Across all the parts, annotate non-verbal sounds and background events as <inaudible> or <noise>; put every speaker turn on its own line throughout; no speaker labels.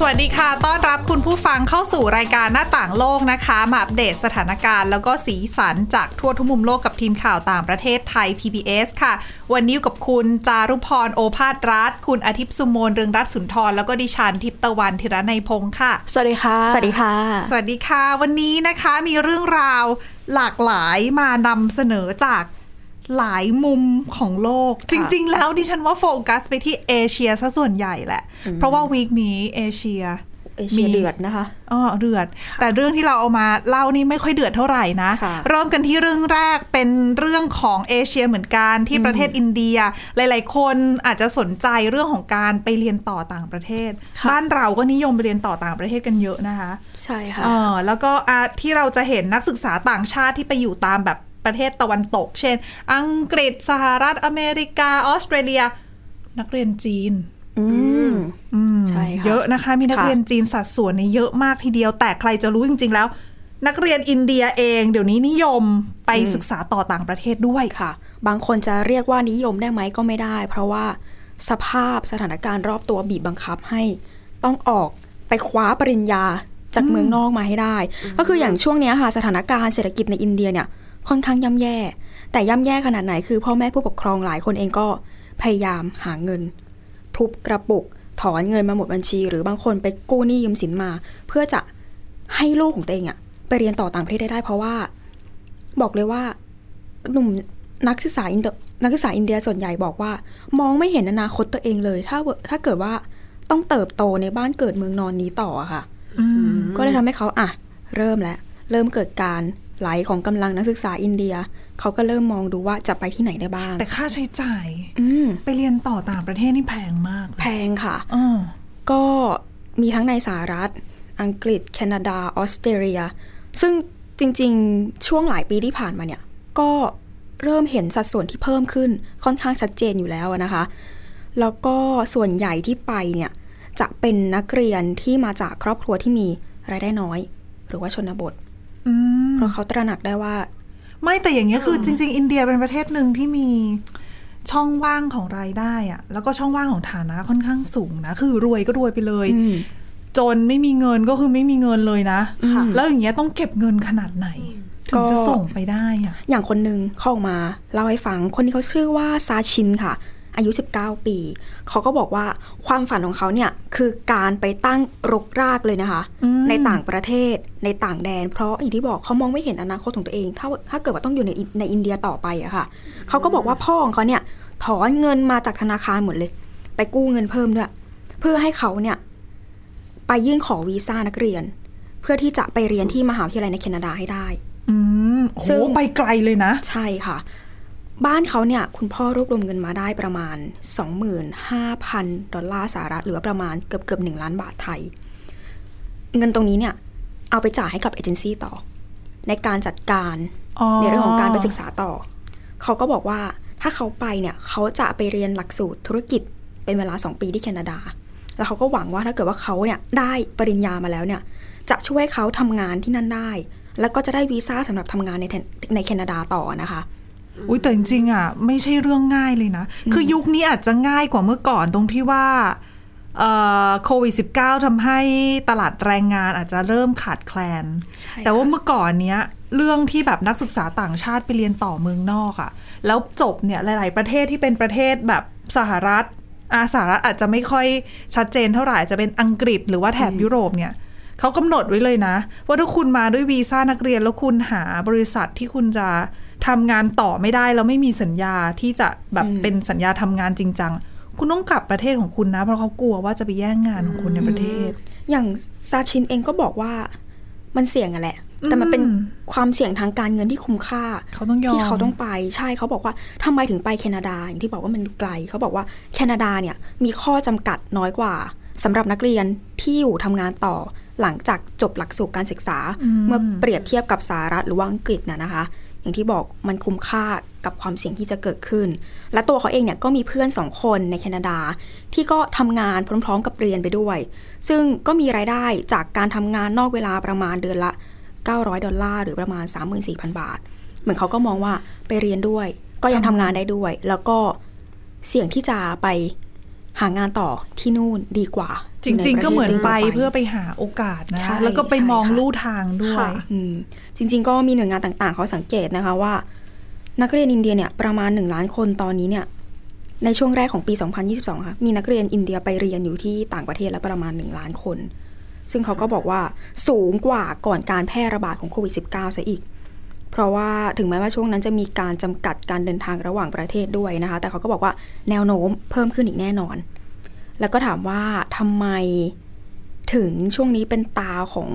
สวัสดีค่ะ ต้อนรับคุณผู้ฟังเข้าสู่รายการหน้าต่างโลกนะคะ มาอัปเดตสถานการณ์แล้วก็สีสันจากทั่วทุกมุมโลกกับทีมข่าวต่างประเทศไทย PBS ค่ะ วันนี้อยู่กับคุณจารุพรโอภาสรัฐ คุณอาทิตย์สุโมนเรืองรัตน์สุนทร แล้วก็ดิฉันทิพย์ตะวันธีระในยพงค์ค่ะ
สวัสดีค่ะ
สวัสดีค่ะ
สวัสดีค่ะ วันนี้นะคะมีเรื่องราวหลากหลายมานำเสนอจากหลายมุมของโลก จริง ๆ แล้วดิฉันว่าโฟกัสไปที่เอเชียซะส่วนใหญ่แหละ เพราะว่าวีคนี้เอเชีย
เอเชียเดือดนะคะ
อ๋อเดือด แต่เรื่องที่เราเอามาเล่านี่ไม่ค่อยเดือดเท่าไหร่นะ
ค่ะ
เริ่มกันที่เรื่องแรกเป็นเรื่องของเอเชียเหมือนกันที่ประเทศอินเดีย หลาย ๆ คนอาจจะสนใจเรื่องของการไปเรียนต่อต่างประเทศ
ค่ะ
บ้านเราก็นิยมไปเรียนต่อต่างประเทศกันเยอะนะคะ
ใช่ค่ะ
เออแล้วก็อ่ะที่เราจะเห็นนักศึกษาต่างชาติที่ไปอยู่ตามแบบประเทศตะวันตก เช่น อังกฤษสหรัฐอเมริกาออสเตรเลีย นักเรียนจีน
อืม
อืม
ใช่ค่ะ
เยอะนะคะมีนัก
ค่ะ
เรียนจีนสัดส่วนเนี่ยเยอะมากทีเดียว แต่ใครจะรู้จริง ๆ แล้ว นักเรียนอินเดียเอง เดี๋ยวนี้นิยมไปศึกษาต่อต่างประเทศด้วย
ค่ะ บางคนจะเรียกว่านิยมได้ไหมก็ไม่ได้ เพราะว่าสภาพสถานการณ์รอบตัวบีบบังคับให้ ต้องออกไปคว้าปริญญาจากเมืองนอกมาให้ได้ ก็คืออย่างช่วงเนี้ยค่ะสถานการณ์เศรษฐกิจในอินเดียเนี่ยค่อนข้างย่ำแย่ แต่ย่ำแย่ขนาดไหนคือพ่อแม่ผู้ปกครองหลายคนเองก็พยายามหาเงิน ทุบกระปุก ถอนเงินมาหมดบัญชี หรือบางคนไปกู้หนี้ยืมสินมา เพื่อจะให้ลูกของตัวเองอะไปเรียนต่อต่างประเทศได้ได้เพราะว่า บอกเลยว่า หนุ่มนักศึกษาอินเดนักศึกษาอินเดียส่วนใหญ่บอกว่า มองไม่เห็นอนาคตตัวเองเลย ถ้าเวถ้าเกิดว่าต้องเติบโตในบ้านเกิดเมืองนอนนี้ต่ออะค่ะ
อืม
ก็เลยทำให้เขาอ่ะ เริ่มแล้วเริ่มเกิดการไหลของกำลังนักศึกษาอินเดีย เขาก็เริ่มมองดูว่าจะไปที่ไหนได้บ้าง
แต่ค่าใช้จ่าย
อืม
ไปเรียนต่อต่างประเทศนี่แพงมาก
แพงค่ะ
อ๋อ
ก็มีทั้งในสหรัฐ อังกฤษ แคนาดา ออสเตรเลีย ซึ่งจริงๆ ช่วงหลายปีที่ผ่านมาเนี่ย ก็เริ่มเห็นสัดส่วนที่เพิ่มขึ้นค่อนข้างชัดเจนอยู่แล้วอะนะคะ แล้วก็ส่วนใหญ่ที่ไปเนี่ย จะเป็นนักเรียนที่มาจากครอบครัวที่มีรายได้น้อย หรือว่าชนบท
อืม
เพราะเขาตระหนักได้ว่า
ไม่แต่อย่างเงี้ยคือจริง ๆ อินเดียเป็นประเทศหนึ่งที่มีช่องว่างของรายได้อะแล้วก็ช่องว่างของฐานะค่อนข้างสูงนะคือรวยก็รวยไปเลย
อืม
จนไม่มีเงินก็คือไม่มีเงินเลยนะ
ค่ะ
แล้วอย่างเงี้ยต้องเก็บเงินขนาดไหน ถึงจะส่งไปได้อะ
อย่างคนหนึ่งเข้าออกมาเล่าให้ฟัง คนที่เขาชื่อว่าซาชินค่ะ อายุ 19 ปี เขาก็บอกว่าความฝันของเขาเนี่ยคือการไปตั้งรกรากเลยนะคะ ในต่างประเทศในต่างแดน เพราะอย่างที่บอกเขามองไม่เห็นอนาคตของตัวเอง ถ้าถ้าเกิดว่าต้องอยู่ในอิในอินเดียต่อไปอะค่ะ เขาก็บอกว่าพ่อของเขาเนี่ยถอนเงินมาจากธนาคารหมดเลย ไปกู้เงินเพิ่มด้วยเพื่อให้เขาเนี่ยไปยื่นขอวีซ่านักเรียน เพื่อที่จะไปเรียนที่มหาวิทยาลัยในแคนาดาให้ได้
อืมโอ้โห
ซึ่ง
ไปไกลเลยนะ
ใช่ค่ะ บ้านเขาเนี่ย คุณพ่อรวบรวมเงินมาได้ประมาณ 25,000 ดอลลาร์สหรัฐหรือประมาณเกือบเกือบหนึ่งล้านบาทไทย เงินตรงนี้เนี่ย เอาไปจ่ายให้กับเอเจนซี่ต่อ ในการจัดการ
อ๋อ
ในเรื่องของการไปศึกษาต่อ เขาก็บอกว่าถ้าเขาไปเนี่ย เขาจะไปเรียนหลักสูตรธุรกิจเป็นเวลา 2 ปีที่แคนาดา แล้วเขาก็หวังว่าถ้าเกิดว่าเขาเนี่ยได้ปริญญามาแล้วเนี่ย จะช่วยเขาทำงานที่นั่นได้ แล้วก็จะได้วีซ่าสำหรับทำงานในแทนในแคนาดาต่อนะคะ
อุ้ยแต่จริงๆอ่ะ ไม่ใช่เรื่องง่ายเลยนะ คือยุคนี้อาจจะง่ายกว่าเมื่อก่อนตรงที่ว่าเอ่อโควิด -19 ทำให้ตลาดแรงงานอาจจะเริ่มขาดแคลน
ใช่
แต่ว่า
ค่ะ
เมื่อก่อนเนี้ยเรื่องที่แบบนักศึกษาต่างชาติไปเรียนต่อเมืองนอกอะ่ะ แล้วจบเนี่ยหลาย ๆ ประเทศที่เป็นประเทศแบบสหรัฐอาสหรัฐอาจจะไม่ค่อยชัดเจนเท่าไหร่อาจจะเป็นอังกฤษหรือว่าแถบยุโรปเนี่ยเขากำหนดไว้เลยนะ ว่าถ้าคุณมาด้วยวีซ่านักเรียนแล้วคุณหาบริษัทที่คุณจะทำงานต่อไม่ได้แล้วไม่มีสัญญาที่จะแบบเป็นสัญญาทำงานจริงจังคุณต้องกลับประเทศของคุณนะ เพราะเขากลัวว่าจะไปแย่งงานของคุณในประเทศ
อย่างซาชินเองก็บอกว่ามันเสี่ยงอะแหละ แต่มันเป็น
อืม
ความเสี่ยงทางการเงินที่คุ้มค่า
เขาต้องยอม
ที่เขาต้องไปใช่เขาบอกว่าทำไมถึงไปแคนาดาอย่างที่บอกว่ามันไกล เขาบอกว่าแคนาดาเนี่ยมีข้อจำกัดน้อยกว่าสำหรับนักเรียนที่อยู่ทำงานต่อหลังจากจบหลักสูตรการศึกษา เมื่อเปรียบเทียบกับสหรัฐหรือว่าอังกฤษนะนะคะ อ อย่างที่บอกมันคุ้มค่ากับความเสี่ยงที่จะเกิดขึ้น และตัวเขาเองเนี่ยก็มีเพื่อนสองคนในแคนาดา ที่ก็ทำงานพร้อมๆกับเรียนไปด้วย ซึ่งก็มีรายได้จากการทำงานนอกเวลาประมาณเดือนละ 900 ดอลลาร์หรือประมาณ 34,000 บาท เหมือนเขาก็มองว่าไปเรียนด้วย ก็ยังทำงานได้ด้วย แล้วก็เสี่ยงที่จะไปหางานต่อที่นู่นดีกว่า
จริง ๆ ก็เหมือนไป
ยู่ใระทศ
เพื่อไปหาโอกาสนะ
ใช่
แล้วก็ไป
ใช่
มอง
ค่ะ
ลู่ทางด้วย
อืมจริง ๆ ก็มีหน่วยงานต่างๆ เขาสังเกตนะคะว่า นักเรียนอินเดียเนี่ยประมาณ 1 ล้านคนตอนนี้เนี่ยในช่วงแรกของปี 2022 ค่ะ มีนักเรียนอินเดียไปเรียนอยู่ที่ต่างประเทศแล้วประมาณ 1 ล้านคน ซึ่งเขาก็บอกว่าสูงกว่าก่อนการแพร่ระบาดของโควิด -19 ซะอีก เพราะว่าถึงแม้ว่าช่วงนั้นจะมีการจำกัดการเดินทางระหว่างประเทศด้วยนะคะ แต่เขาก็บอกว่าแนวโน้มเพิ่มขึ้นอีกแน่นอน แล้วก็ถามว่าทำไมถึงช่วงนี้เป็นตาของ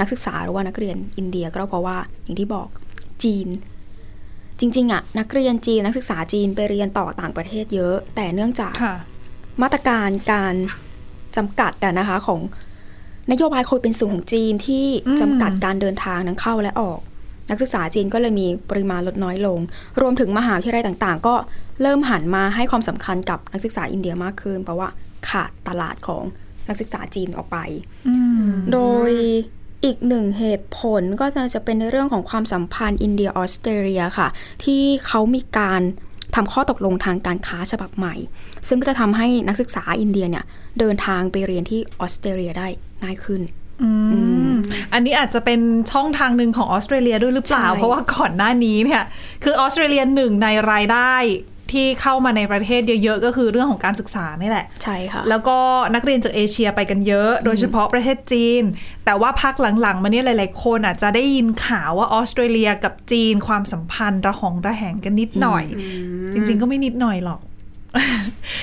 นักศึกษาหรือว่านักเรียนอินเดียก็เพราะว่าอย่างที่บอกจีน จริงๆอะนักเรียนจีนนักศึกษาจีนไปเรียนต่อต่างประเทศเยอะ แต่เนื่องจาก
ค่ะ
มาตรการการจำกัดอะนะคะของนโยบายโควิดเป็นสูงของจีนที่
อืม
จำกัดการเดินทางทั้งเข้าและออก นักศึกษาจีนก็เลยมีปริมาณลดน้อยลง รวมถึงมหาวิทยาลัยต่างๆ ก็เริ่มหันมาให้ความสำคัญกับนักศึกษาอินเดียมากขึ้น เพราะว่าขาดตลาดของนักศึกษาจีนออกไป
อืม
โดยอีกหนึ่งเหตุผลก็จะจะเป็นในเรื่องของความสัมพันธ์อินเดียออสเตรเลียค่ะ ที่เขามีการทำข้อตกลงทางการค้าฉบับใหม่ ซึ่งก็จะทำให้นักศึกษาอินเดียเนี่ยเดินทางไปเรียนที่ออสเตรเลียได้ง่ายขึ้น
อืมอันนี้อาจจะเป็นช่องทางหนึ่งของออสเตรเลียด้วยหรือเปล่า
ใช่
เพราะว่าก่อนหน้านี้เนี่ยคือออสเตรเลียหนึ่งในรายได้ที่เข้ามาในประเทศเยอะๆ ก็คือเรื่องของการศึกษานี่แหละ
ใช่ค่ะ
แล้วก็นักเรียนจากเอเชียไปกันเยอะ โดยเฉพาะประเทศจีน แต่ว่าพักหลังๆ มาเนี่ยหลายๆ คนอาจจะได้ยินข่าวว่าออสเตรเลียกับจีนความสัมพันธ์ระหองระแหงกันนิดหน่อย จริงๆก็ไม่นิดหน่อยหรอก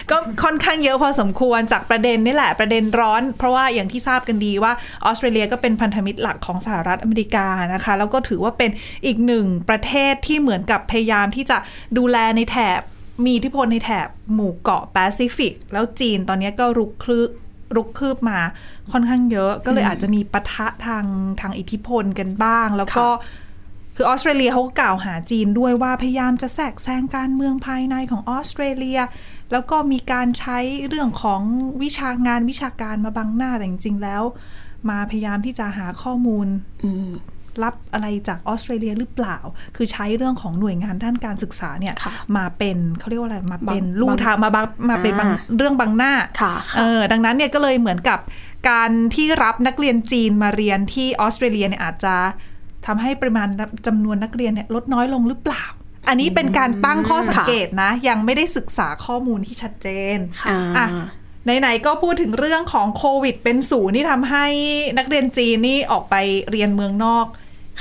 ก็ค่อนข้างเยอะพอสมควรจากประเด็นนี่แหละประเด็นร้อน เพราะว่าอย่างที่ทราบกันดีว่าออสเตรเลียก็เป็นพันธมิตรหลักของสหรัฐอเมริกานะคะ แล้วก็ถือว่าเป็นอีกหนึ่งประเทศที่เหมือนกับพยายามที่จะดูแลในแถบมีอิทธิพลในแถบหมู่เกาะแปซิฟิก แล้วจีนตอนนี้ก็รุกคลืบรุกคืบมาค่อนข้างเยอะ ก็เลยอาจจะมีปะทะทางทางอิทธิพลกันบ้าง แล้วก็
ค่ะ
คือออสเตรเลียเขาก็กล่าวหาจีนด้วยว่าพยายามจะแทรกแซงการเมืองภายในของออสเตรเลีย แล้วก็มีการใช้เรื่องของวิชางานวิชาการมาบังหน้าแต่จริงๆแล้ว มาพยายามที่จะหาข้อมูล
อืม
รับอะไรจากออสเตรเลียหรือเปล่า คือใช้เรื่องของหน่วยงานด้านการศึกษาเนี่ย
ค่ะ
มาเป็นเขาเรียกว่าอะไรมาเป็น
บัง
ลู่ทางมาบังมาเป็นบัง
อ่า
เรื่องบังหน้า
ค่ะ
เออดังนั้นเนี่ยก็เลยเหมือนกับการที่รับนักเรียนจีนมาเรียนที่ออสเตรเลียเนี่ยอาจจะทำให้ปริมาณจำนวนนักเรียนเนี่ยลดน้อยลงหรือเปล่า อันนี้เป็นการตั้งข้อสังเกตนะ ยังไม่ได้ศึกษาข้อมูลที่ชัดเจน
อ่า
อ่ะ ไหนๆก็พูดถึงเรื่องของโควิด เป็นศูนย์ที่ทำให้นักเรียนจีนนี่ออกไปเรียนเมืองนอก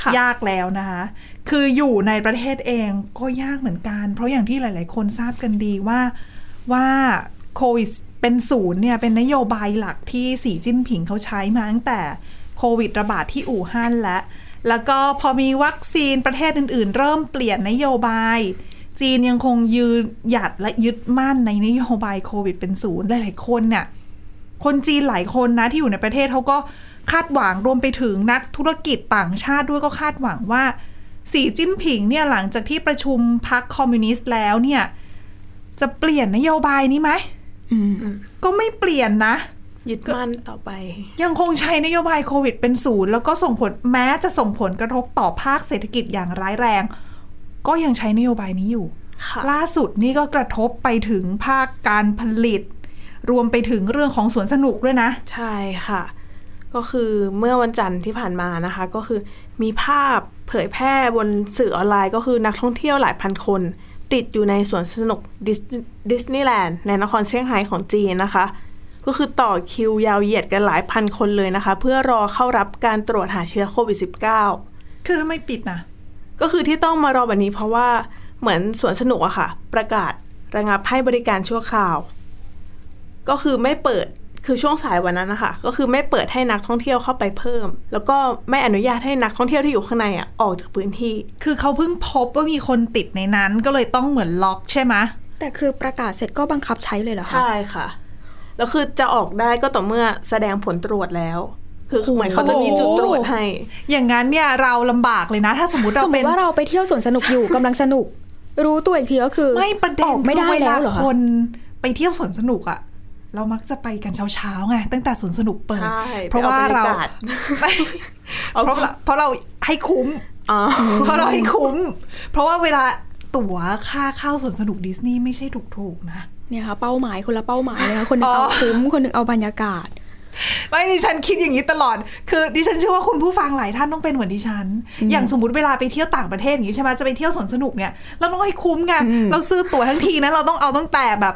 ค่ะ
ยากแล้วนะคะ คืออยู่ในประเทศเองก็ยากเหมือนกัน เพราะอย่างที่หลาย ๆ คนทราบกันดีว่าว่าโควิดเป็นศูนย์เนี่ยเป็นนโยบายหลักที่สีจิ้นผิงเขาใช้มาตั้งแต่โควิดระบาดที่อู่ฮั่นและ แล้วก็พอมีวัคซีนประเทศอื่น ๆ เริ่มเปลี่ยนนโยบาย จีนยังคงยืนหยัดและยึดมั่นในนโยบายโควิดเป็นศูนย์หลายๆคนเนี่ย คนจีนหลายคนนะที่อยู่ในประเทศเขาก็คาดหวังรวมไปถึงนักธุรกิจต่างชาติด้วยก็คาดหวังว่าสีจิ้นผิงเนี่ยหลังจากที่ประชุมพรรคคอมมิวนิสต์แล้วเนี่ย จะเปลี่ยนนโยบายนี้ไหม
อืม
ก็ไม่เปลี่ยนนะ
ยึดมั่นต่อไป
ยังคงใช้นโยบายโควิดเป็นศูนย์แล้วก็ส่งผลแม้จะส่งผลกระทบต่อภาคเศรษฐกิจอย่างร้ายแรง ก็ยังใช้นโยบายนี้อยู่
ค่ะ
ล่าสุดนี่ก็กระทบไปถึงภาคการผลิต รวมไปถึงเรื่องของสวนสนุกด้วยนะ
ใช่ค่ะ ก็คือเมื่อวันจันทร์ที่ผ่านมานะคะ ก็คือมีภาพเผยแพร่บนสื่อออนไลน์ก็คือนักท่องเที่ยวหลายพันคน ติดอยู่ในสวนสนุกดิสนีย์แลนด์ในนครเซี่ยงไฮ้ของจีนนะคะ ก็คือต่อคิวยาวเหยียดกันหลายพันคนเลยนะคะ เพื่อรอเข้ารับการตรวจหาเชื้อโควิด -19
คือทำไมปิดนะ
ก็คือที่ต้องมารอแบบนี้เพราะว่าเหมือนสวนสนุกอะค่ะ ประกาศระงับให้บริการชั่วคราว ก็คือไม่เปิดคือช่วงสายวันนั้นนะคะก็คือไม่เปิดให้นักท่องเที่ยวเข้าไปเพิ่ม แล้วก็ไม่อนุญาตให้นักท่องเที่ยวที่อยู่ข้างในอะออกจากพื้นที่
คือเขาเพิ่งพบว่ามีคนติดในนั้นก็เลยต้องเหมือนล็อกใช่ไหม
แต่คือประกาศเสร็จก็บังคับใช้เลยเหรอคะ
ใช่ค่ะ แล้วคือจะออกได้ก็ต่อเมื่อแสดงผลตรวจแล้ว คือเหมือนเขาจะมีจุดตรวจให้
อย่างนั้นเนี่ยเราลำบากเลยนะ ถ้าสมมติ
ส
เรา
มม
เป็น
ติว่าเราไปเที่ยวสวนสนุกอยู่ กำลังสนุก รู้ตัวอีกทีก็คือ
ไม่ประเด็
อนอกไม่ได้
คือ
แล้วเหรอ
ค
คะ
นไปเที่ยวสวนสนุกอะเรามักจะไปกันเช้าๆไงตั้งแต่สวนสนุกเปิด
ใช่
เพราะว่าเรา
ไปออก
ไม่เพราะ
บรรยากาศ <laughs>
เราเพราะเราให้คุ้ม
อ๋อ
เพราะเราให้คุ้ม เพราะว่าเวลาตั๋วค่าเข้าสวนสนุกดิสนีย์ไม่ใช่ถูกๆนะ
เนี่ยค่ะเป้าหมายคนละเป้าหมายเลยนะคนหนึง
อ๋อ
เอาคุ้มคนหนึงเอาบรรยากาศ
ไม่ดิฉันคิดอย่างนี้ตลอด คือดิฉันเชื่อว่าคุณผู้ฟังหลายท่านต้องเป็นเหมือนดิฉัน อย่างสมมติเวลาไปเที่ยวต่างประเทศอย่างนี้ใช่ไหมจะไปเที่ยวสวนสนุกเนี่ยเราต้องให้คุ้มไง
อืม
เราซื้อตั๋วทั้งทีนะเราต้องเอาตั้งแต่แบบ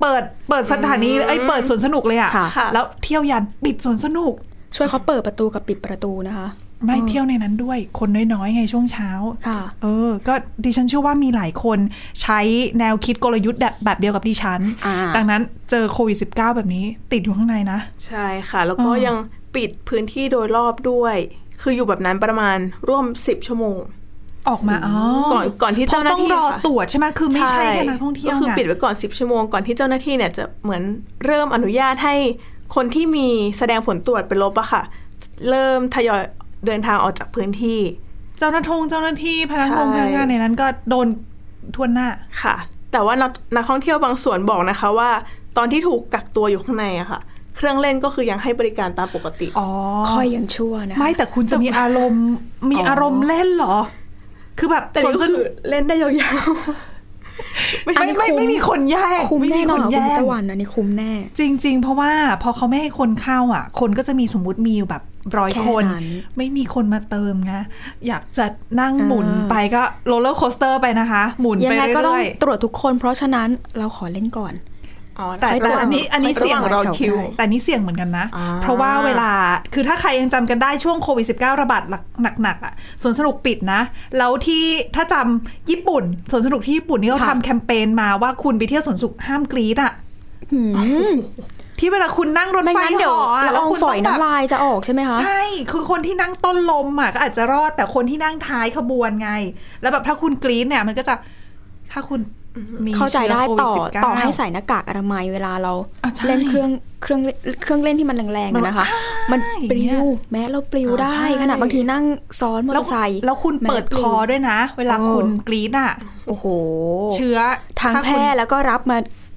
เปิดเปิดสถานีเอ้ยเปิดสวนสนุกเลยอะ
ค่ะ
ค่ะ
แล้วเที่ยวยันปิดสวนสนุก
ช่วยเขาเปิดประตูกับปิดประตูนะคะ
ไม่เที่ยวในนั้นด้วย คนน้อยๆไงช่วงเช้า
ค่ะ
เออ ก็ดิฉันเชื่อว่ามีหลายคนใช้แนวคิดกลยุทธ์แบบแบบเดียวกับดิฉัน
อ่า
ดังนั้นเจอโควิด -19 แบบนี้ติดอยู่ข้างในนะ
ใช่ค่ะ แล้วก็
อ่ายั
ยังปิดพื้นที่โดยรอบด้วย คืออยู่แบบนั้นประมาณร่วม 10 ชั่วโมง
ออกมาอ๋อ
ก่อนก่อนที่เจ้าหน้าที่
พระต้องรอ
ค่ะ
ตรวจใช่ไหมคือไม่ใช่แค่นักท่องเที่ยว
ก็คือ
ไง
ปิดไว้ก่อน 10 ชั่วโมงก่อนที่เจ้าหน้าที่เนี่ยจะเหมือนเริ่มอนุญาตให้คนที่มีแสดงผลตรวจเป็นลบอะค่ะ เริ่มทยอยเดินทางออกจากพื้นที่
เจ้าหน้าทงเจ้าหน้าที่พนักงาน
ใช่
พนักงานในนั้นก็โดนทวนหน้า
ค่ะ แต่ว่านักนักท่องเที่ยวบางส่วนบอกนะคะว่า ตอนที่ถูกกักตัวอยู่ข้างในอะค่ะ เครื่องเล่นก็คือยังให้บริการตามปกติ
อ๋อ
ค่อยยังชั่วนะ
ไม่แต่คุณจะมีอารมณ์มีอารมณ์เล่นเหรอ คือแบบ
แต่
สวน
นี่
ส
ก็คื
นุ
อก เล่นได้ยาวๆ
ไม่ไม่ไม่มีคนแย่ง
คุ้ม
ไม่มี
แน่
ค
นอ
น
นเหรอ
แย่
คุณ
ง
ตะวันอันนี้คุ้มแน่
จริง ๆ เพราะว่าพอเขาไม่ให้คนเข้าอ่ะ คนก็จะมีสมมติมีอยู่แบบร้อย
แค่
คน
นั้น
ไม่มีคนมาเติมนะ อยากจะนั่ง
อ่า
หมุนไปก็โรลเลอร์โคสเตอร์ไปนะคะ หมุน
ยัง
ไป
ไงก็ต้อง
เรื่อย
ตรวจทุกคน เพราะฉะนั้นเราขอเล่นก่อน
ๆแต่
ค่อย
แต่
ตรวจ
อันนี้อันนี้
ค่อยตรวจ
เสี่ยง
รอคิว
แต่อันนี้เสี่ยงเหมือนกันนะ
อ่า
เพราะว่าเวลาคือถ้าใครยังจำกันได้ช่วงโควิด -19 ระบาดหนักๆอ่ะสวนสนุกปิดนะ แล้วที่ถ้าจำญี่ปุ่นสวนสนุกที่ญี่ปุ่นนี่เขา
ค่ะ
ทำแคมเปญมาว่าคุณไปเที่ยวสวนสนุกห้ามกรีดอ่ะ
หืม
ที่เวลาคุณนั่ง <laughs> รถ
ไม่
ไฟ
งั้นเดี๋ยว
ห่ออะ
ละ
แล้ว
ออง
คุณ
ฝ
ต้
อ
อย งแบบ
น้ำลายจะออกใช่ไหมคะ
ใช่ คือคนที่นั่งต้นลมอ่ะก็อาจจะรอดแต่คนที่นั่งท้ายขบวนไง แล้วแบบถ้าคุณกรี๊ดเนี่ย มันก็จะถ้าคุณมี
เข้าใจได้
ชื้
ต่อ
โควิ19
ต่อให้ใส่หน้ากากอนามัยเวลาเรา
อ่ะใช่
เล่นเครื่องเครื่องเครื่องเล่นที่มันแรงๆอะนะคะ มันปลิวแม้เราปลิว
อ่า
ได้
ใช่
ขนาดบางทีนั่งซ้อนมอเต
แล้
อ
ว
ร์ไซค์
แล้วคุณ
แม้
เปิด
ป
ค
ลิ
อ
ว
ด้วยนะ เวลา
เออ
คุณกรี๊ดอ่ะ
โอ้โห
เชื้อ
ทาง
ถ้
แพ
คุณ
ร่แล้วก็รับมา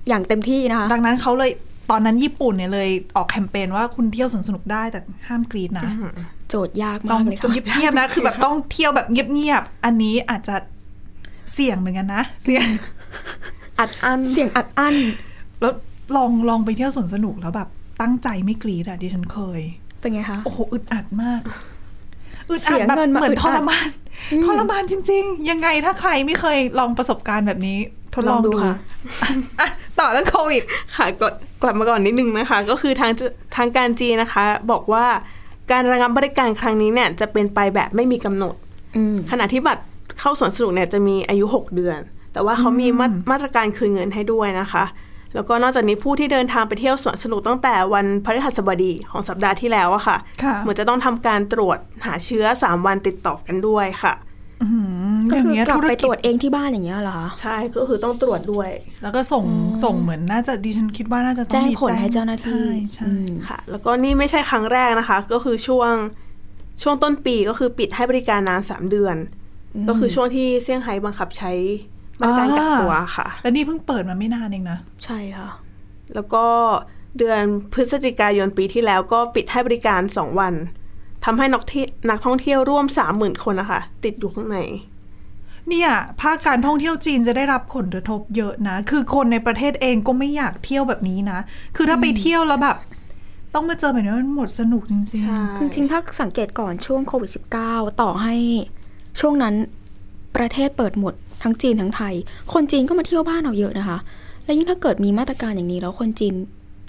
อย่างเต็มที่นะคะ
ดังนั้นเขาเลยตอนนั้นญี่ปุ่นเนี่ยเลยออกแคมเปญว่าคุณเที่ยวสวนสนุกได้แต่ห้ามกรี๊ดนะ
โจทย์ยาก
ต้อ
มาง กเลย
จ
ค่ะ
งเงียบๆนะ คือแบบต้องเที่ยวแบบเงียบๆอันนี้อาจจะเสี่ยงเหมือนกันนะเสี่ยง
อัดอั้น
เสียงอัดอั้น
แล้วลองลองไปเที่ยวสวนสนุกแล้วแบบตั้งใจไม่กรีดอะดิฉันเคย
เป็นไงคะ
โอ้โหอึดอัดมากอึด
เสี
อัด
ย
แบบ
เงินมา
เหมือ
อึ
น
ด
ท
อัด
รมานทรมานจริง ๆ ยังไงถ้าใครไม่เคยลองประสบการณ์แบบนี้ทดลอง
ลองดู
ดู
ค่ะ
อ่ะ <laughs> ต่อเรื่องโควิด
ค่ะกดกลับมาก่อนนิดนึงนะคะ ก็คือทางทางการจีนนะคะ บอกว่าการระงับบริการครั้งนี้เนี่ยจะเป็นไปแบบไม่มีกำหนด
อืม
ขณะที่บัตรเข้าสวนสนุกเนี่ยจะมีอายุ 6 เดือน แต่ว่าเขามีมามาตรการคืนเงินให้ด้วยนะคะ แล้วก็นอกจากนี้ผู้ที่เดินทางไปเที่ยวสวนสนุกตั้งแต่วันพฤหัสบดีของสัปดาห์ที่แล้วอะค่ะ
ค่ะ
เหมือนจะต้องทำการตรวจหาเชื้อ 3 วันติดต่อกันด้วยค่ะ
อื้อหือ
ก็
อย่าง
คือ
เงี้ย
กลับ
ธุร
ไป
กิ
ตรว
จ
จเองที่บ้านอย่างเงี้ยเหรอคะ
ใช่ก็คือต้องตรวจด้วย
แล้วก็ส่งส่งเหมือนน่าจะดิฉันคิดว่าน่าจะต้อ
แจ้ง
มี
ผลให้เจ้าหน้าที่
ใช่ใช่
อืม
ค่ะแล้วก็นี่ไม่ใช่ครั้งแรกนะคะ ก็คือช่วงช่วงต้นปีก็คือปิดให้บริการนานสามเดือน ก็คือช่วงที่เซี่ยงไฮ้บังคับใช้มาตรการกักตัวค่ะ
แล้วนี่เพิ่งเปิดมาไม่นานเองนะ
ใช่ค่ะ
แล้วก็เดือนพฤศจิกายนปีที่แล้วก็ปิดให้บริการ 2 วันทำให้นักที่นักท่องเที่ยวร่วม 30,000 คนนะคะ ติดอยู่ข้างใน
เนี่ยภาคการท่องเที่ยวจีนจะได้รับผลกระทบเยอะนะ คือคนในประเทศเองก็ไม่อยากเที่ยวแบบนี้นะ คือถ้าไปเที่ยวแล้วแบบ ต้องมาเจอแบบนี้มันหมดสนุกจริง
คือจริงๆถ้าสังเกตก่อนช่วงโควิด -19 ต่อให้ช่วงนั้นประเทศเปิดหมดทั้งจีนทั้งไทย คนจีนก็มาเที่ยวบ้านเราเยอะนะคะ และยิ่งถ้าเกิดมีมาตรการอย่างนี้แล้วคนจีน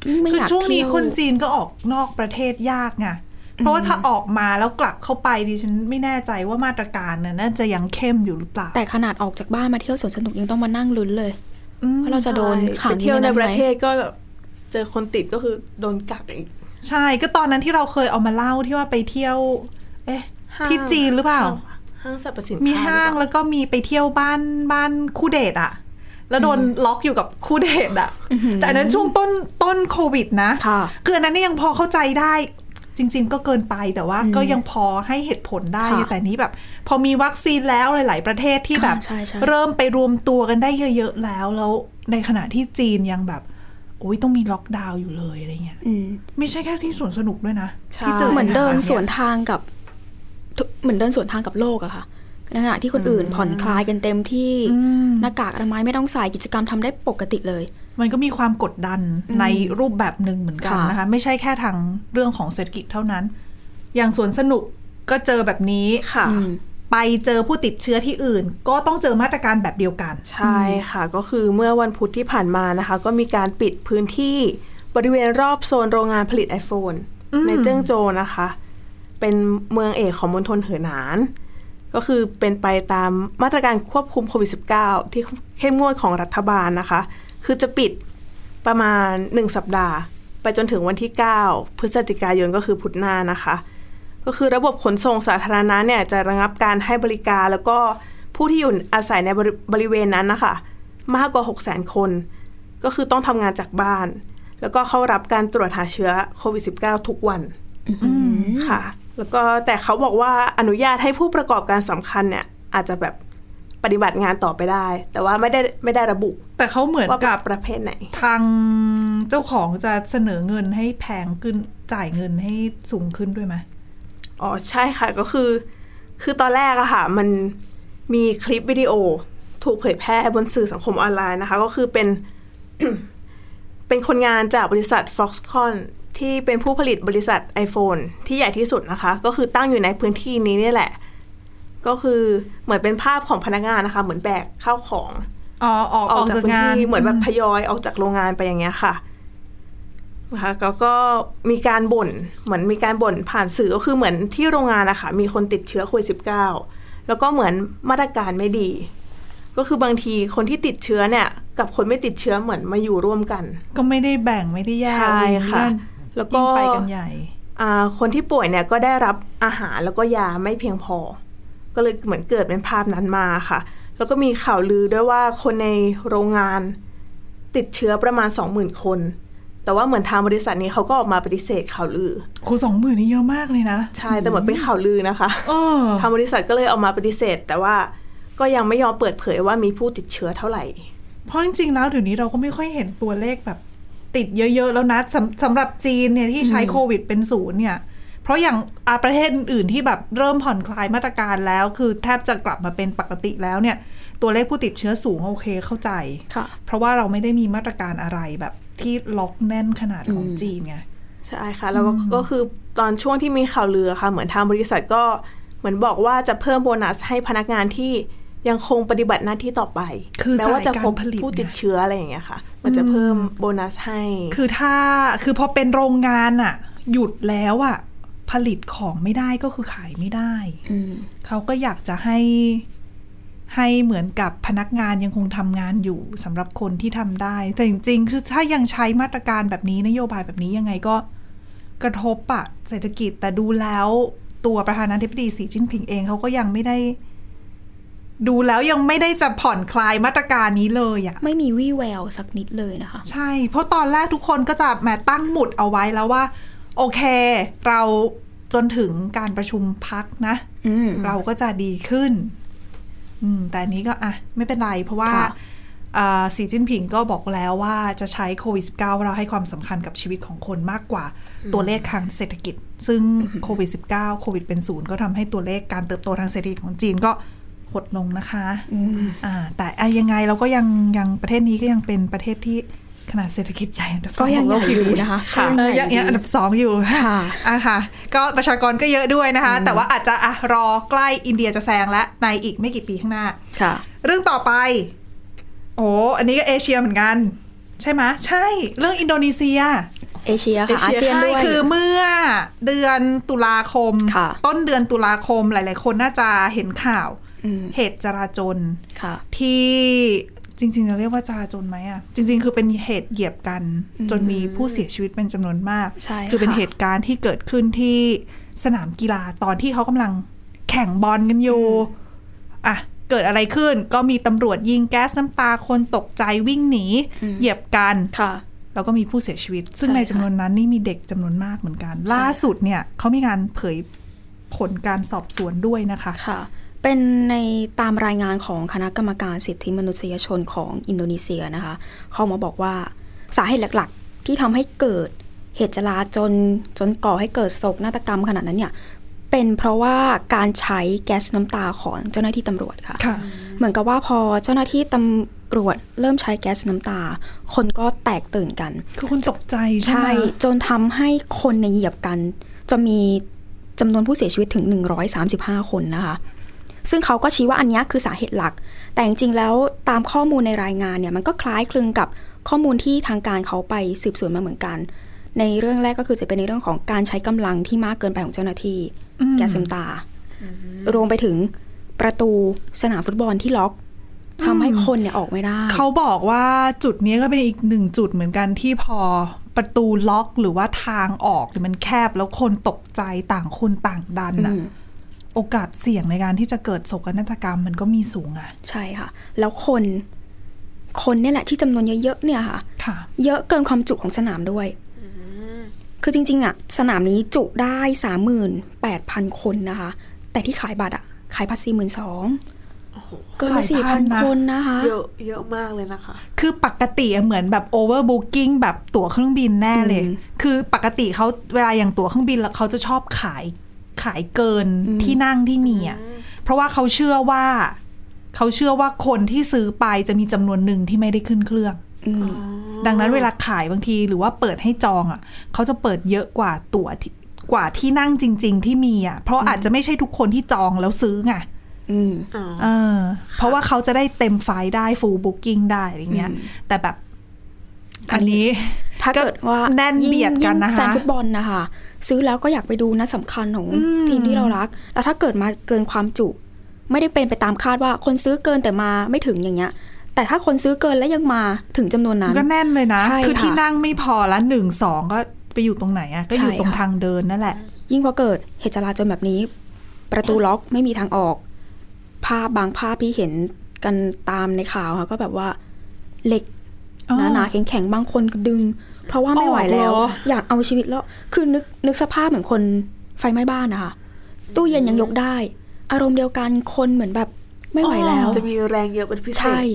ยิ่งไม่
ๆ คือ
อยากเที่ยว
ช่วงนี้คนจีนก็ออกนอกประเทศยากไง เพราะว่าถ้าออกมาแล้วกลับเข้าไปดิฉันไม่แน่ใจว่ามาตรการน่ะน่าจะยังเข้มอยู่หรือเปล่า
แต่ขนาดออกจากบ้านมาเที่ยวสวนสนุกยังต้องมานั่งลุ้นเลย
อืม
ว่าเราจะโดน
ใช่
ขัง
ไปเที่ยวใน
อ
ประ
ไหม
เทศก็แบบเจอคนติดก็คือโดนกักอีก
ใช่ ก็ตอนนั้นที่เราเคยเอามาเล่าที่ว่าไปเที่ยว เอ๊ะ
ห้าง
ที่จีนหรือเปล่า
ห้างสรรพสินค้า
มี
มี
ห้างแล้วก็มีไปเที่ยวบ้านบ้านคู่เดทอะแล้วโดนล็อกอยู่กับคู่เดทอะแต่อันนั้นช่วงต้นต้นโควิดนะ
ค่ะ
คืออันนั้นเนี่ยยังพอเข้าใจได้ จริง ๆ ก็เกินไปแต่ว่าก็ยังพอให้เหตุผลได้
ค่ะ
แต่นี้แบบ พอมีวัคซีนแล้วหลาย ๆ ประเทศที่แบบ
อ่าใช่ใช่
เริ่มไปรวมตัวกันได้เยอะ ๆ แล้วแล้วในขณะที่จีนยังแบบโอ้ยต้องมีล็อกดาวน์อยู่เลยอะไรเงี้ย
อืม
ไม่ใช่แค่ที่สวนสนุกด้วยนะ
ใช่
ที่เจอ
เหมือนเดิน
แบบย
สวนทางกับทุกเหมือนเดินสวนทางกับโลกอะค่ะในขณะที่คนอื่นผ่อนคลายกันเต็มที่
อืม
หน้ากากอนามัยไม่ต้องใส่กิจกรรมทำได้ปกติเลย
มันก็มีความกดดันในรูปแบบหนึ่งเหมือนกัน
ค่ะ
นะคะ ไม่ใช่แค่ทางเรื่องของเศรษฐกิจเท่านั้น อย่างสวนสนุกก็เจอแบบนี้
ค่ะ
อืม
ไปเจอผู้ติดเชื้อที่อื่น ก็ต้องเจอมาตรการแบบเดียวกัน
ใช่ค่ะก็คือเมื่อวันพุธที่ผ่านมานะคะ ก็มีการปิดพื้นที่บริเวณรอบโซนโรงงานผลิต iPhone
อืม
ในเจิ้งโจวนะคะ เป็นเมืองเอกของมณฑลเหอหนาน ก็คือเป็นไปตามมาตรการควบคุมโควิด -19 ที่เข้มงวดของรัฐบาลนะคะ คือจะปิดประมาณ 1 สัปดาห์ ไปจนถึงวันที่ 9 พฤศจิกายนก็คือพุธหน้านะคะ ก็คือระบบขนส่งสาธารณะเนี่ยจะระงับการให้บริการ แล้วก็ผู้ที่อยู่อาศัยในบริบริเวณนั้นนะคะมากกว่า 6 0 0 0 0 คน ก็คือต้องทำงานจากบ้าน แล้วก็เข้ารับการตรวจหาเชื้อโควิด -19 ทุกวันค่ะ แล้วก็แต่เขาบอกว่าอนุญาตให้ผู้ประกอบการสำคัญเนี่ยอาจจะแบบปฏิบัติงานต่อไปได้ แต่ว่าไม่ได้ไม่ได้ระบุ
แต่เขาเหมือน
ว่า
กับ
ประเภทไหน
ทางเจ้าของจะเสนอเงินให้แพงขึ้นจ่ายเงินให้สูงขึ้นด้วยไหม
อ๋อใช่ค่ะก็คือ คือตอนแรกอะค่ะ มันมีคลิปวิดีโอ ถูกเผยแพร่บนสื่อสังคมออนไลน์นะคะ ก็คือเป็น <coughs> เป็นคนงานจากบริษัท Foxconn ที่เป็นผู้ผลิตบริษัท iPhone ที่ใหญ่ที่สุดนะคะ ก็คือตั้งอยู่ในพื้นที่นี้เนี่ยแหละ ก็คือเหมือนเป็นภาพของพนักงานนะคะ เหมือนแบกข้าวของ
อ๋อออกอ
ออ
อก ก
จาก
จาก
พื้น
งาน
ที่เหมือนแบบทยอยออกจากโรงงานไปอย่างเงี้ยค่ะนะคะแล้วก็มีการบ่นเหมือนมีการบ่นผ่านสื่อก็คือเหมือนที่โรงงานนะคะมีคนติดเชื้อโควิดสิบเก้าแล้วก็เหมือนมาตรการไม่ดี ก็คือบางทีคนที่ติดเชื้อเนี่ย กับคนไม่ติดเชื้อเหมือนมาอยู่ร่วมกัน
ก็ไม่ได้แบ่งไม่ได้แยก
ใช่ค่ะ
ยิ่ง
แล้ว
ยิ่
ก็
งไปกันใหญ่
อ่าคนที่ป่วยเนี่ยก็ได้รับอาหารแล้วก็ยาไม่เพียงพอ ก็เลยเหมือนเกิดเป็นภาพนั้นมาค่ะ แล้วก็มีข่าวลือด้วยว่าคนในโรงงาน ติดเชื้อประมาณ 20,000 คน แต่ว่าเหมือนทางบริษัทนี้เขาก็ออกมาปฏิเสธข่าวลือ
ครูสองหมื่นนี่เยอะมากเลยนะ
ใช่ แต่เหมือนเป็นข่าวลือนะคะ
เออ
ทางบริษัทก็เลยออกมาปฏิเสธ แต่ว่าก็ยังไม่ยอมเปิดเผยว่ามีผู้ติดเชื้อเท่าไหร่
เพราะจริงๆแล้วเดี๋ยวนี้เราก็ไม่ค่อยเห็นตัวเลขแบบ ติดเยอะๆ แล้วนะสำสำหรับจีนเนี่ยที่ใช้โควิดเป็นศูนย์เนี่ย เพราะอย่างอาประเทศอื่นๆที่แบบเริ่มผ่อนคลายมาตรการแล้ว คือแทบจะกลับมาเป็นปกติแล้วเนี่ย ตัวเลขผู้ติดเชื้อสูงโอเคเข้าใจ
ค่ะ
เพราะว่าเราไม่ได้มีมาตรการอะไรแบบที่ล็อกแน่นขนาดของจีนไง
ใช่ค่ะ แล้วก็ก็คือตอนช่วงที่มีข่าวลือค่ะ เหมือนทางบริษัทก็เหมือนบอกว่าจะเพิ่มโบนัสให้พนักงานที่ยังคงปฏิบัติหน้าที่ต่อไป
คือ
แม้ว่าจะพบ
สายการผลิต
ผู้ติดเชื้ออะไรอย่างเงี้ยค่ะมันจะเพิ่มโบนัสให้
คือถ้าคือพอเป็นโรงงานอะหยุดแล้วอะผลิตของไม่ได้ก็คือขายไม่ได้
อืม
เขาก็อยากจะให้ให้เหมือนกับพนักงานยังคงทำงานอยู่สำหรับคนที่ทำได้ แต่จริงๆคือถ้ายังใช้มาตรการแบบนี้นโยบายแบบนี้ยังไงก็กระทบอะเศรษฐกิจแต่ดูแล้วตัวประธานาธิบดีสีจิ้นผิงเองเขาก็ยังไม่ได้ ดูแล้วยังไม่ได้จะผ่อนคลายมาตรการนี้เลยอะ
ไม่มีวี่แววสักนิดเลยนะคะ
ใช่ เพราะตอนแรกทุกคนก็จะแหมาตั้งหมุดเอาไว้แล้วว่า โอเค เราจนถึงการประชุมพักนะ
อืม
เราก็จะดีขึ้น อืม แต่อันนี้ก็อ่ะ ไม่เป็นไร เพราะว่า
ค่ะ
เอ่อสีจิ้นผิงก็บอกแล้วว่าจะใช้โควิด -19 เราให้ความสำคัญกับชีวิตของคนมากกว่าตัวเลขทางเศรษฐกิจ ซึ่งโควิด -19 โควิดเป็นศูนย์ก็ทำให้ตัวเลขการเติบโตทางเศรษฐกิจของจีนก็หดลงนะคะ
อืม
อ่าแต่อะยังไงเราก็ยังยังประเทศนี้ก็ยังเป็นประเทศที่ขนาดเศรษฐกิจใหญ่อันดับส
ก็
อง
ยั
ข
ง
อง
ให
โลก
ญ่อยู่นะคะ
ค่ะ
ก็
เออ
ให
ยั
ญ่
ง
อ
ยังอันดับสองอยู่
ค่ะ
อ่ะค่ะ ก็ประชากรก็เยอะด้วยนะคะ แต่ว่าอาจจะอ่ะรอใกล้อินเดียจะแซงและในอีกไม่กี่ปีข้างหน้า
ค่ะ
เรื่องต่อไป โอ้อันนี้ก็เอเชียเหมือนกัน ใช่ไหมยใช่ เรื่องอินโดนีเซีย
เอเชียค่ะอา
ใช่
เซียนด้วย
คือเมื่อเดือนตุลาคม
ค่ะ
ต้นเดือนตุลาคมหลาย ๆ คนน่าจะเห็นข่าว
ม
เหตุจราจน
ค่ะ
ที่จริงๆจะเรียกว่าจราจนไหมอะจริง ๆ คือเป็นเหตุเหยียบกัน จนมีผู้เสียชีวิตเป็นจำนวนมาก
ใช่
คือเป็น
ค่ะ
เหตุการณ์ที่เกิดขึ้นที่สนามกีฬาตอนที่เขากำลังแข่งบอลกันอยู่อ่ะเกิดอะไรขึ้นก็มีตำรวจยิงแก๊สน้ำตาคนตกใจวิ่งหนี เหยียบกัน
ค่ะ
แล้วก็มีผู้เสียชีวิต ซึ่ง
ใช่
ใน
ค่ะ
จำนวนนั้นนี่มีเด็กจำนวนมากเหมือนกัน ล่าสุดเนี่ยเขามีการเผยผลการสอบสวนด้วยนะคะ
ค่ะ เป็นในตามรายงานของคณะกรรมการสิทธิมนุษยชนของอินโดนีเซียนะคะ เขามาบอกว่าสาเหตุหลักๆ ที่ทำให้เกิดเหตุจลาจนจนก่อให้เกิดโศกนาฏกรรมขนาดนั้นเนี่ย เป็นเพราะว่าการใช้แก๊สน้ำตาของเจ้าหน้าที่ตำรวจค่ะ
ค่ะ
เหมือนกับว่าพอเจ้าหน้าที่ตำรวจเริ่มใช้แก๊สน้ำตา คนก็แตกตื่นกัน
คือคุณตกใจใช่ไหม
จนทำให้คนในยเหยียบกัน จะมีจำนวนผู้เสียชีวิตถึง 135 คนนะคะ ซึ่งเขาก็ชี้ว่าอันเนี้ยคือสาเหตุหลัก แต่จริงๆแล้วตามข้อมูลในรายงานเนี่ยมันก็คล้ายคลึงกับข้อมูลที่ทางการเขาไปสืบสวนมาเหมือนกัน ในเรื่องแรกก็คือจะเป็นในเรื่องของการใช้กำลังที่มากเกินไปของเจ้าหน้าที่
อืม
แกสมตา รวมไปถึงประตูสนามฟุตบอลที่ล็อกทำให้คนเนี่ยออกไม่ได้
เขาบอกว่าจุดนี้ก็เป็นอีกหนึ่งจุดเหมือนกันที่พอประตูล็อกหรือว่าทางออกหรือมันแคบแล้วคนตกใจต่างคนต่างดันน่ะ
อืม
โอกาสเสี่ยงในการที่จะเกิดโศกนาฏกรรมมันก็มีสูงอะ
ใช่ค่ะ แล้วคน คนเนี่ยแหละที่จำนวนเยอะๆเนี่ยค่ะ
ค่ะ
เยอะเกินความจุของสนามด้วย คือจริงๆอะสนามนี้จุได้38,000 คนนะคะ แต่ที่ขายบัตรอะขายพันสี่หมื่นสองเกิน
ห
มา
ลาย
สี่
พั
พั
น
น
นะ
คนนะคะ
เยอะเยอะมากเลยนะคะ
คือปกติอะเหมือนแบบโอเวอร์บุ๊กิ้งแบบตั๋วเครื่องบินแน่เลย
อืม
คือปกติเขาเวลาอย่างตั๋วเครื่องบินแล้วเขาจะชอบขายขายเกิน
อืม
ที่นั่งที่มีอ่ะ เพราะว่าเขาเชื่อว่า เขาเชื่อว่าคนที่ซื้อไปจะมีจำนวนหนึ่งที่ไม่ได้ขึ้นเครื่อง
อืม
ดังนั้นเวลาขายบางทีหรือว่าเปิดให้จองอ่ะเขาจะเปิดเยอะกว่าตั๋วที่กว่าที่นั่งจริง ๆ ที่มีอ่ะ เพราะอาจจะไม่ใช่ทุกคนที่จองแล้วซื้อไง
อืม
อ๋อ
เออเพราะว่าเขาจะได้เต็มไฟล์ได้ full booking ได้อะไรเงี้ย
อืม
แต่แบบ อันนี้
ถ้าเกิดว่า
แน่น
ยิ่ง
เบียดกันนะคะ
ยิ่งแฟนฟุตบอลนะคะ ซื้อแล้วก็อยากไปดูนัดสำคัญของ
อืม
ทีมที่เรารัก แล้วถ้าเกิดมาเกินความจุ ไม่ได้เป็นไปตามคาดว่าคนซื้อเกินแต่มาไม่ถึงอย่างเงี้ย แต่ถ้าคนซื้อเกินแล้วยังมาถึงจำนวนนั้น
ก็แน่นเลยนะ
ใช่
คือ
ค่ะ
ที่นั่งไม่พอละหนึ่งสองก็ไปอยู่ตรงไหนอะก็อยู่
ใช่
ตรง
ค่ะ
ทางเดินนั่นแหละ
ยิ่งพอเกิดเหตุจราจนแบบนี้ ประตูล็อกไม่มีทางออก ภาพบางภาพที่เห็นกันตามในข่าวค่ะก็แบบว่าเหล็ก
อ๋อ
หนาๆแข็งๆบางคนก็ดึง เพราะว่าไม่ไหวแล้ว
อ๋อเหรอ
อยากเอาชีวิตแล้ว คือนึกนึกสภาพเหมือนคนไฟไหม้บ้านนะคะตู้เย็นยังยกได้ อารมณ์เดียวกันคนเหมือนแบบไม่ไหวแล้ว
จะมีแรงเยอะเป็นพิเศ
ใช่
ษ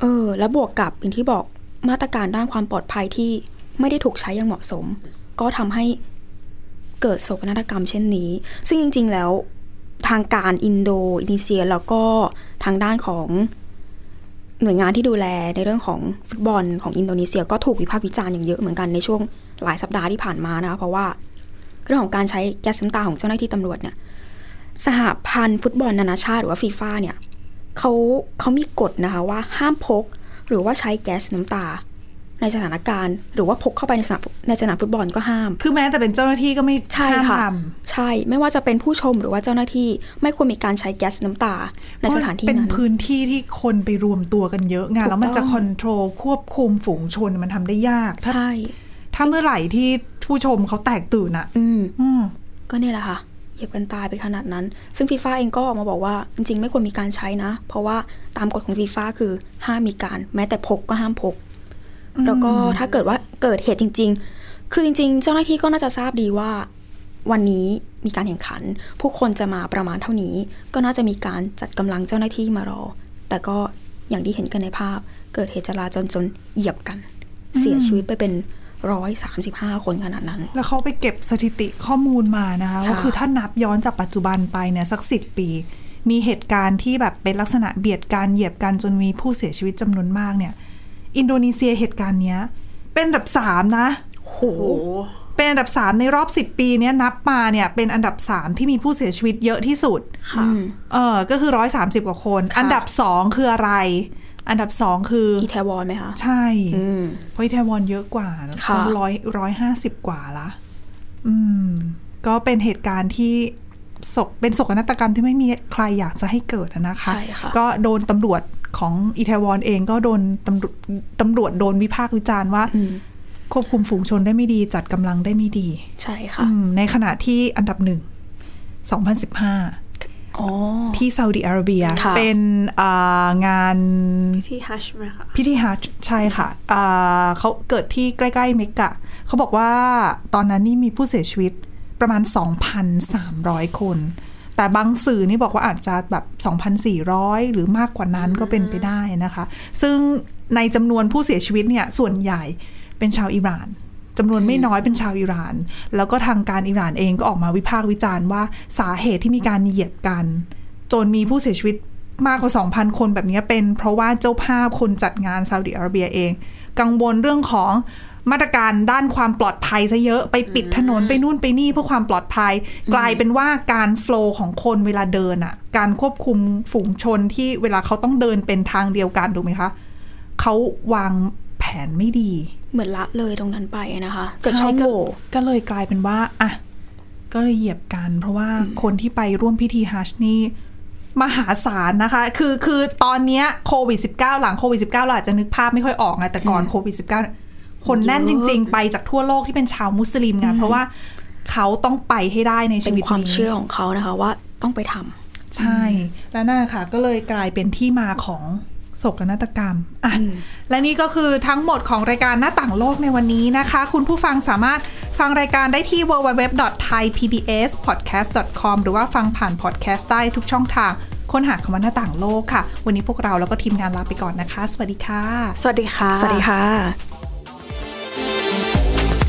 เออ แล้วบวกกับอย่างที่บอกมาตรการด้านความปลอดภัยที่ไม่ได้ถูกใช้อย่างเหมาะสม ก็ทำให้เกิดโศกนาฏกรรมเช่นนี้ ซึ่งจริง ๆ แล้วทางการอินโดอินโดนีเซียแล้วก็ทางด้านของหน่วยงานที่ดูแลในเรื่องของฟุตบอลของอินโดนีเซียก็ถูกวิพากษ์วิจารณ์อย่างเยอะเหมือนกันในช่วงหลายสัปดาห์ที่ผ่านมานะคะเพราะว่าเรื่องของการใช้แก๊สน้ำตาของเจ้าหน้าที่ตำรวจเนี่ยสหพันธ์ฟุตบอลนานาชาติหรือว่าฟีฟ่าเนี่ย เขาเขามีกฎนะคะว่าห้ามพก หรือว่าใช้แก๊สน้ำตา ในสถานการณ์ หรือว่าพกเข้าไปในสนามในสนามฟุตบอลก็ห้าม
คือแม้แต่เป็นเจ้าหน้าที่ก็ไม่
ใช่
ห้าม
ค่ะ
ท
ใช่ไม่ว่าจะเป็นผู้ชมหรือว่าเจ้าหน้าที่ ไม่ควรมีการใช้แก๊สน้ำตา
ำ
ในสถานที่
เพระมัเป็
นั้น
นพื้นที่ที่คนไปรวมตัวกันเยอะไงาน
ถูกต้อง
แล้วมันจะคอนโทรลควบคุมฝูงชนมันทำได้ยาก ถ้า
ใช่
ถ้าเมื่อไหร่ที่ผู้ชมเขาแตกตื่นอะ
อืม
อืม
ก็เนี่ยแหละค่ะ เหยียบกันตายไปขนาดนั้น ซึ่งฟีฟ่าเองก็ออกมาบอกว่า จริงๆ ไม่ควรมีการใช้นะ เพราะว่าตามกฎของฟีฟ่าคือห้ามมีการ แม้แต่พกก็ห้ามพก แล้วก็ถ้าเกิดว่าเกิดเหตุจริง ๆ คือจริง ๆ เจ้าหน้าที่ก็น่าจะทราบดีว่า วันนี้มีการแข่งขัน ผู้คนจะมาประมาณเท่านี้ ก็น่าจะมีการจัดกำลังเจ้าหน้าที่มารอ แต่ก็อย่างที่เห็นกันในภาพ เกิดเหตุจลาจนจนเหยียบกัน เสียชีวิตไปเป็นร้อยสามสิบห้าคนขนาดนั้น
แล้วเขาไปเก็บสถิติข้อมูลมานะคะ
ค่ะ
ก็คือถ้านับย้อนจากปัจจุบันไปเนี่ยสักสิปี มีเหตุการณ์ที่แบบเป็นลักษณะเบียดการเหยียบกันจนมีผู้เสียชีวิตจำนวนมากเนี่ย อินโดนีเซียเหตุการณ์เนี้ย เป็นอันดับสามนะ
โห
โอ้โห
เป็นอันดับสามในรอบสิบปีเนี้ยนับมาเนี่ยเป็นอันดับสามที่มีผู้เสียชีวิตเยอะที่สุด
ค่ะ
เออก็คือร้อยสามสิบกว่าคน
ค่ะ
อันดับสองคืออะไร อันดับสองคือ
อีแทวอนไหมคะ
ใช่
อืม
เพราะอิตาลีเยอะกว่านะ
ค่ะ
ร้อยร้อยห้าสิบกว่าละ อืม ก็เป็นเหตุการณ์ที่ศกเป็นโศกนาฏกรรมที่ไม่มีใครอยากจะให้เกิดอะนะคะ
ใช่ค่ะ
ก็โดนตำรวจของอิตาลีเองก็โดนตำรวจตำรวจโดนวิพากษ์วิจารณ์ว่า
อืม
ควบคุมฝูงชนได้ไม่ดี จัดกำลังได้ไม่ดี
ใช่ค่ะ
อืมในขณะที่อันดับหนึ่ง 2015
อ๋อ
ที่ซาอุดิอาระเบีย
ค่ะ
เป็นอ่างาน
ที่ฮัชไหมคะ
พิธีฮัจญ์ใช่ค่ะอ่าเขาเกิดที่ใกล้ ๆ เมกะ เขาบอกว่าตอนนั้นนี่มีผู้เสียชีวิตประมาณ 2,300 คน แต่บางสื่อนี่บอกว่าอาจจะแบบ 2,400 หรือมากกว่านั้นก็เป็นไปได้นะคะ ซึ่งในจำนวนผู้เสียชีวิตเนี่ยส่วนใหญ่เป็นชาวอิหร่านจำนวนไม่น้อยเป็นชาวอิหร่าน แล้วก็ทางการอิหร่านเองก็ออกมาวิพากษ์วิจารณ์ว่าสาเหตุที่มีการเหยียดกัน จนมีผู้เสียชีวิตมากกว่า 2,000 คนแบบนี้เป็นเพราะว่าเจ้าภาพคนจัดงานซาอุดิอาระเบียเอง กังวลเรื่องของมาตรการด้านความปลอดภัยซะเยอะไปปิดถนนไปนู่นไปนี่เพื่อความปลอดภัย กลายเป็นว่าการโฟลว์ของคนเวลาเดินอะ่ะ การควบคุมฝูงชนที่เวลาเขาต้องเดินเป็นทางเดียวกันถูกไหมคะเขาวางแผนไม่ดี
เหมือนละเลยตรงนั้นไปนะคะเกิดช่องโหว่
ใก็ก็เลยกลายเป็นว่าอ่ะก็เลยเหยียบกัน เพราะว่าคนที่ไปร่วมพิธีฮัชนี่ มหาศาลนะคะ คือคือตอนเนี้ยโควิด -19 หลังโควิด -19 เราอาจจะนึกภาพไม่ค่อยออกไงแต่ก่อนโควิด -19 คนแน่นจริง ๆ ไปจากทั่วโลกที่เป็นชาวมุสลิมไงเพราะว่าเขาต้องไปให้ได้ใน
เป็
ชี
น
วิต
ความ
นี้
เชื่อของเขานะคะว่าต้องไปทำ
ใช่ และนั่นแหละค่ะ ก็เลยกลายเป็นที่มาของโศกนาฏกรรมอ่ะและนี่ก็คือทั้งหมดของรายการหน้าต่างโลกในวันนี้นะคะ คุณผู้ฟังสามารถฟังรายการได้ที่ www.thaipbspodcast.com หรือว่าฟังผ่านพอดแคสต์ได้ทุกช่องทาง ค้นหาคำว่าหน้าต่างโลกค่ะ วันนี้พวกเราแล้วก็ทีมงานลาไปก่อนนะคะ สวัสดีค่ะ
สวัสดีค่ะ
สวัสดีค่ะ